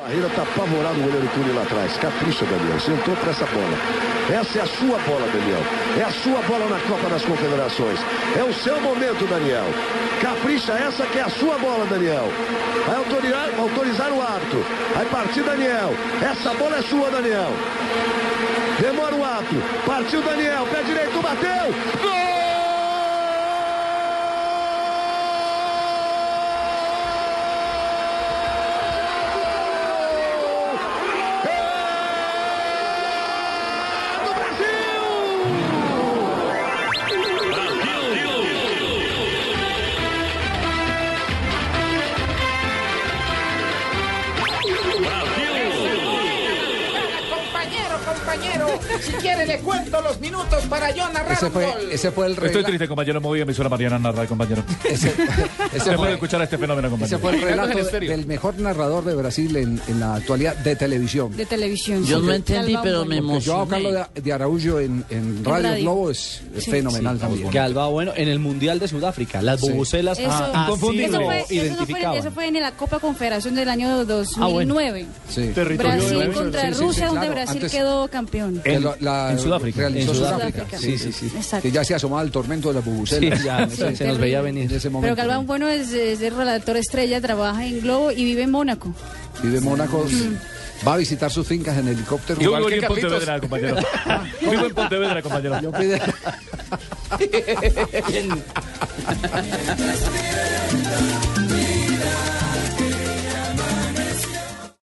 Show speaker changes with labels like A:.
A: Barreira tá apavorado o goleiro Cunha lá atrás. Capricha, Daniel. Você entrou pra essa bola. Essa é a sua bola, Daniel. É a sua bola na Copa das Confederações. É o seu momento, Daniel. Capricha essa que é a sua bola, Daniel. Vai autorizar, autorizar o árbitro. Vai partir, Daniel. Essa bola é sua, Daniel. Demora o árbitro. Partiu, Daniel. Pé direito, bateu. Gol!
B: Si quiere le cuento los minutos para yo narrar
C: Ese
B: un gol.
C: fue, ese fue el
D: Estoy
C: rela-
D: triste, compañero. Me voy a emisora Mariana Narra, compañero.
C: Ese, ese
D: Dejo de
C: fue,
D: escuchar a este fenómeno, compañero.
C: ese fue el relato
D: Hablando en
C: de-
D: serio.
C: del mejor narrador de Brasil en, en la actualidad de televisión.
E: de televisión.
F: Yo
E: sí.
F: no entendí,
E: Alba
F: pero
E: Bueno.
F: me
C: Porque Joao Carlos
F: emocioné.
C: de, de Araújo en, en Radio
E: radio.
C: Globo es es
E: Sí.
C: fenomenal también.
G: Galba, bueno, en el Mundial de Sudáfrica, las
C: Sí.
G: bubucelas
E: Eso,
G: ah, inconfundibles
E: eso, fue, eso, no fue,
G: identificaban.
E: eso fue en la Copa Confederación del
F: Ah,
E: año 2009.
C: Sí.
E: Brasil contra
C: Sí, sí, sí,
E: Rusia, donde
C: claro,
E: Brasil
C: antes-
E: quedó campeón.
C: Que lo- la-
G: en Sudáfrica.
C: Realizó
G: En
C: Sudáfrica.
E: Sudáfrica.
C: Sí, sí, sí.
E: Exacto.
C: Que ya se asomaba el tormento de la
G: Sí,
C: bubucela.
G: ya, se- se nos veía venir.
C: En ese
E: Pero
C: momento.
E: Galván Bueno es, es el relator estrella, trabaja en Globo y vive en Mónaco.
C: Vive en Mónaco.
E: Mm.
C: Va a visitar sus fincas en helicóptero.
D: Yo
C: Igual
D: vivo
C: que
D: en
C: Carlitos.
D: Pontevedra, compañero. Yo vivo en Pontevedra, compañero.
C: Yo pide-